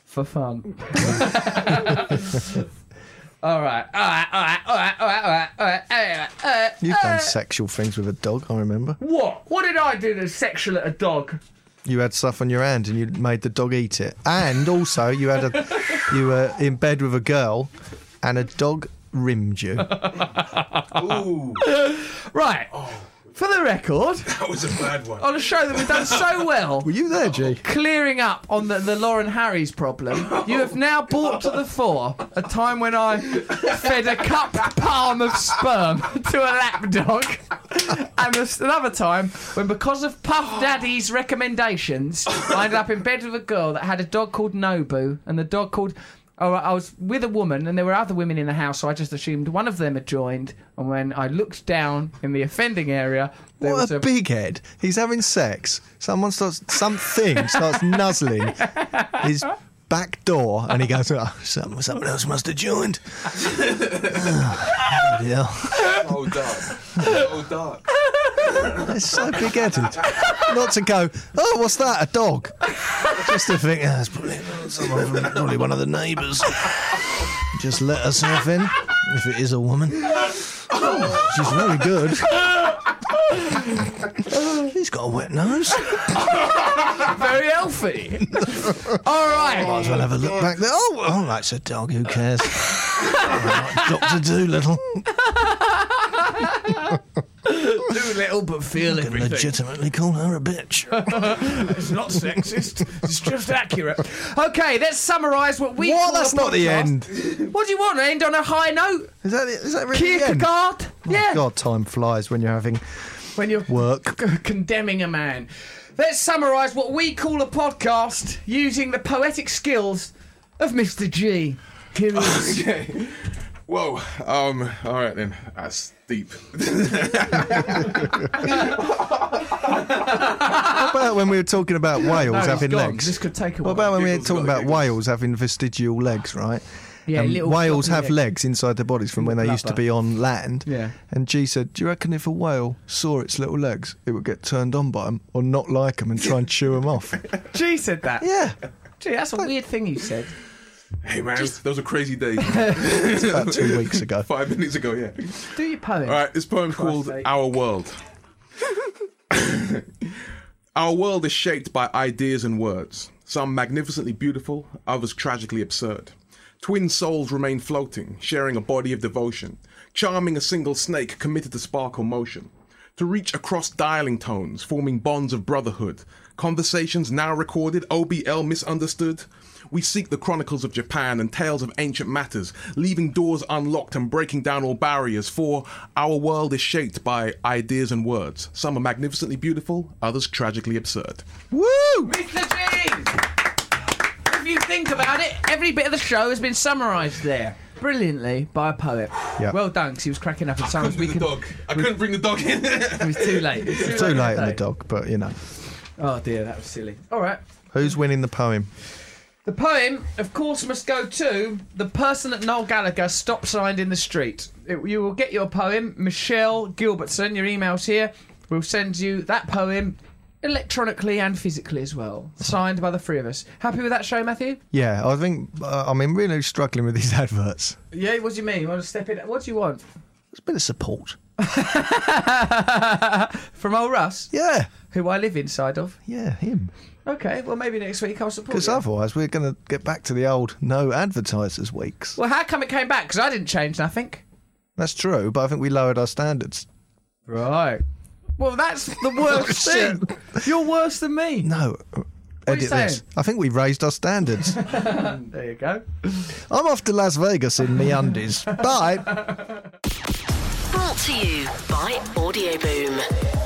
for fun. all right, all right, all right, all right, all right, all right, all right, all right, all right. Uh, You've done sexual things with a dog, I remember. What? What did I do that's sexual at a dog? you had stuff on your hand and you made the dog eat it. And also, you had a you were in bed with a girl, and a dog rimmed you. Right. For the record, Oh. That was a bad one. on a show that we've done so well, Were you there, G? clearing up on the, the Lauren Harry's problem, you have now brought to the fore a time when I fed a cup palm of sperm *laughs* to a lapdog, and there's another time when, because of Puff Daddy's recommendations, I ended up in bed with a girl that had a dog called Nobu, and the dog called. Oh, I was with a woman, and there were other women in the house, so I just assumed one of them had joined. And when I looked down in the offending area, there What was a big head! He's having sex. Someone starts something starts nuzzling his back door, and he goes, "Oh, someone, someone else must have joined." *sighs* Oh, yeah. So dark. So dark. It's so big-headed. Not to go, oh, what's that? A dog? Just to think, oh, it's probably someone from probably one of the neighbours. Just let herself in, if it is a woman. Oh, she's very good. He's got a wet nose. very *laughs* healthy. All right. Might as well have a look back there. Oh, all right, it's a dog. *laughs* Who cares? All right, Doctor Doolittle. little but feel can everything. legitimately call her a bitch. It's not sexist. it's just accurate. Okay, let's summarise what we. What? call That's a not the podcast. end. What do you want? End on a high note? Is that, is that really *laughs* the end? Oh Kierkegaard? yeah. God, time flies when you're having When you're work. *laughs* condemning a man. Let's summarise what we call a podcast using the poetic skills of Mr. G. *laughs* Here he is. Okay. *laughs* Whoa. Um. All right then. That's deep. *laughs* What about when we were talking about *laughs* whales No, he's having gone. legs? This could take a What while. about when we were Giggles, talking got about giggles. whales having vestigial legs, right? Yeah, and little whales floppy have legs. legs inside their bodies from when they used to blubber. be on land. Yeah. And G said, "Do you reckon if a whale saw its little legs, it would get turned on by them or not like them and try and chew *laughs* them off?" G said that. Yeah, Gee, that's a weird thing you said. Hey man, those are crazy days. *laughs* it's about *laughs* two weeks *laughs* ago. Five minutes ago, yeah. Do your poem. All right, this poem's called sake. Our World. Our world is shaped by ideas and words, some magnificently beautiful, others tragically absurd. Twin souls remain floating, sharing a body of devotion, charming a single snake committed to sparkle motion. To reach across dialing tones, forming bonds of brotherhood, conversations now recorded, OBL misunderstood. We seek the chronicles of Japan and tales of ancient matters, leaving doors unlocked and breaking down all barriers, for our world is shaped by ideas and words. Some are magnificently beautiful, others tragically absurd. Woo! Mr. G! If you think about it, every bit of the show has been summarised there. Brilliantly by a poet. Yeah. Well done, 'cause he was cracking up at times. We could. *laughs* It I couldn't bring the dog in. *laughs* was too late. It was Too late on the day. dog, but you know. Oh dear, that was silly. All right. Who's winning the poem? The poem, of course, must go to the person at Noel Gallagher stop signed in the street. It- you will get your poem, Michelle Gilbertson. Your email's here. We'll send you that poem electronically and physically as well, signed by the three of us. Happy with that show, Matthew? Yeah, I think uh, I mean really struggling with these *laughs* adverts. Yeah. What do you mean? You want to step in? What do you want It's a bit of support. *laughs* from old Russ, Yeah, who I live inside of? yeah, him. Okay. Well, maybe next week I'll support Because you. otherwise we're going to get back to the old no advertisers weeks. Well, how come it came back? Because I didn't change nothing. That's true, but I think we lowered our standards. Right. Well, that's *laughs* the worst Oh, shit. thing. You're worse than me. No, Oh, uh, are you edit this. saying? I think we raised *laughs* our standards. There you go. I'm off to Las Vegas in me undies. Bye. Brought to you by Audio Boom.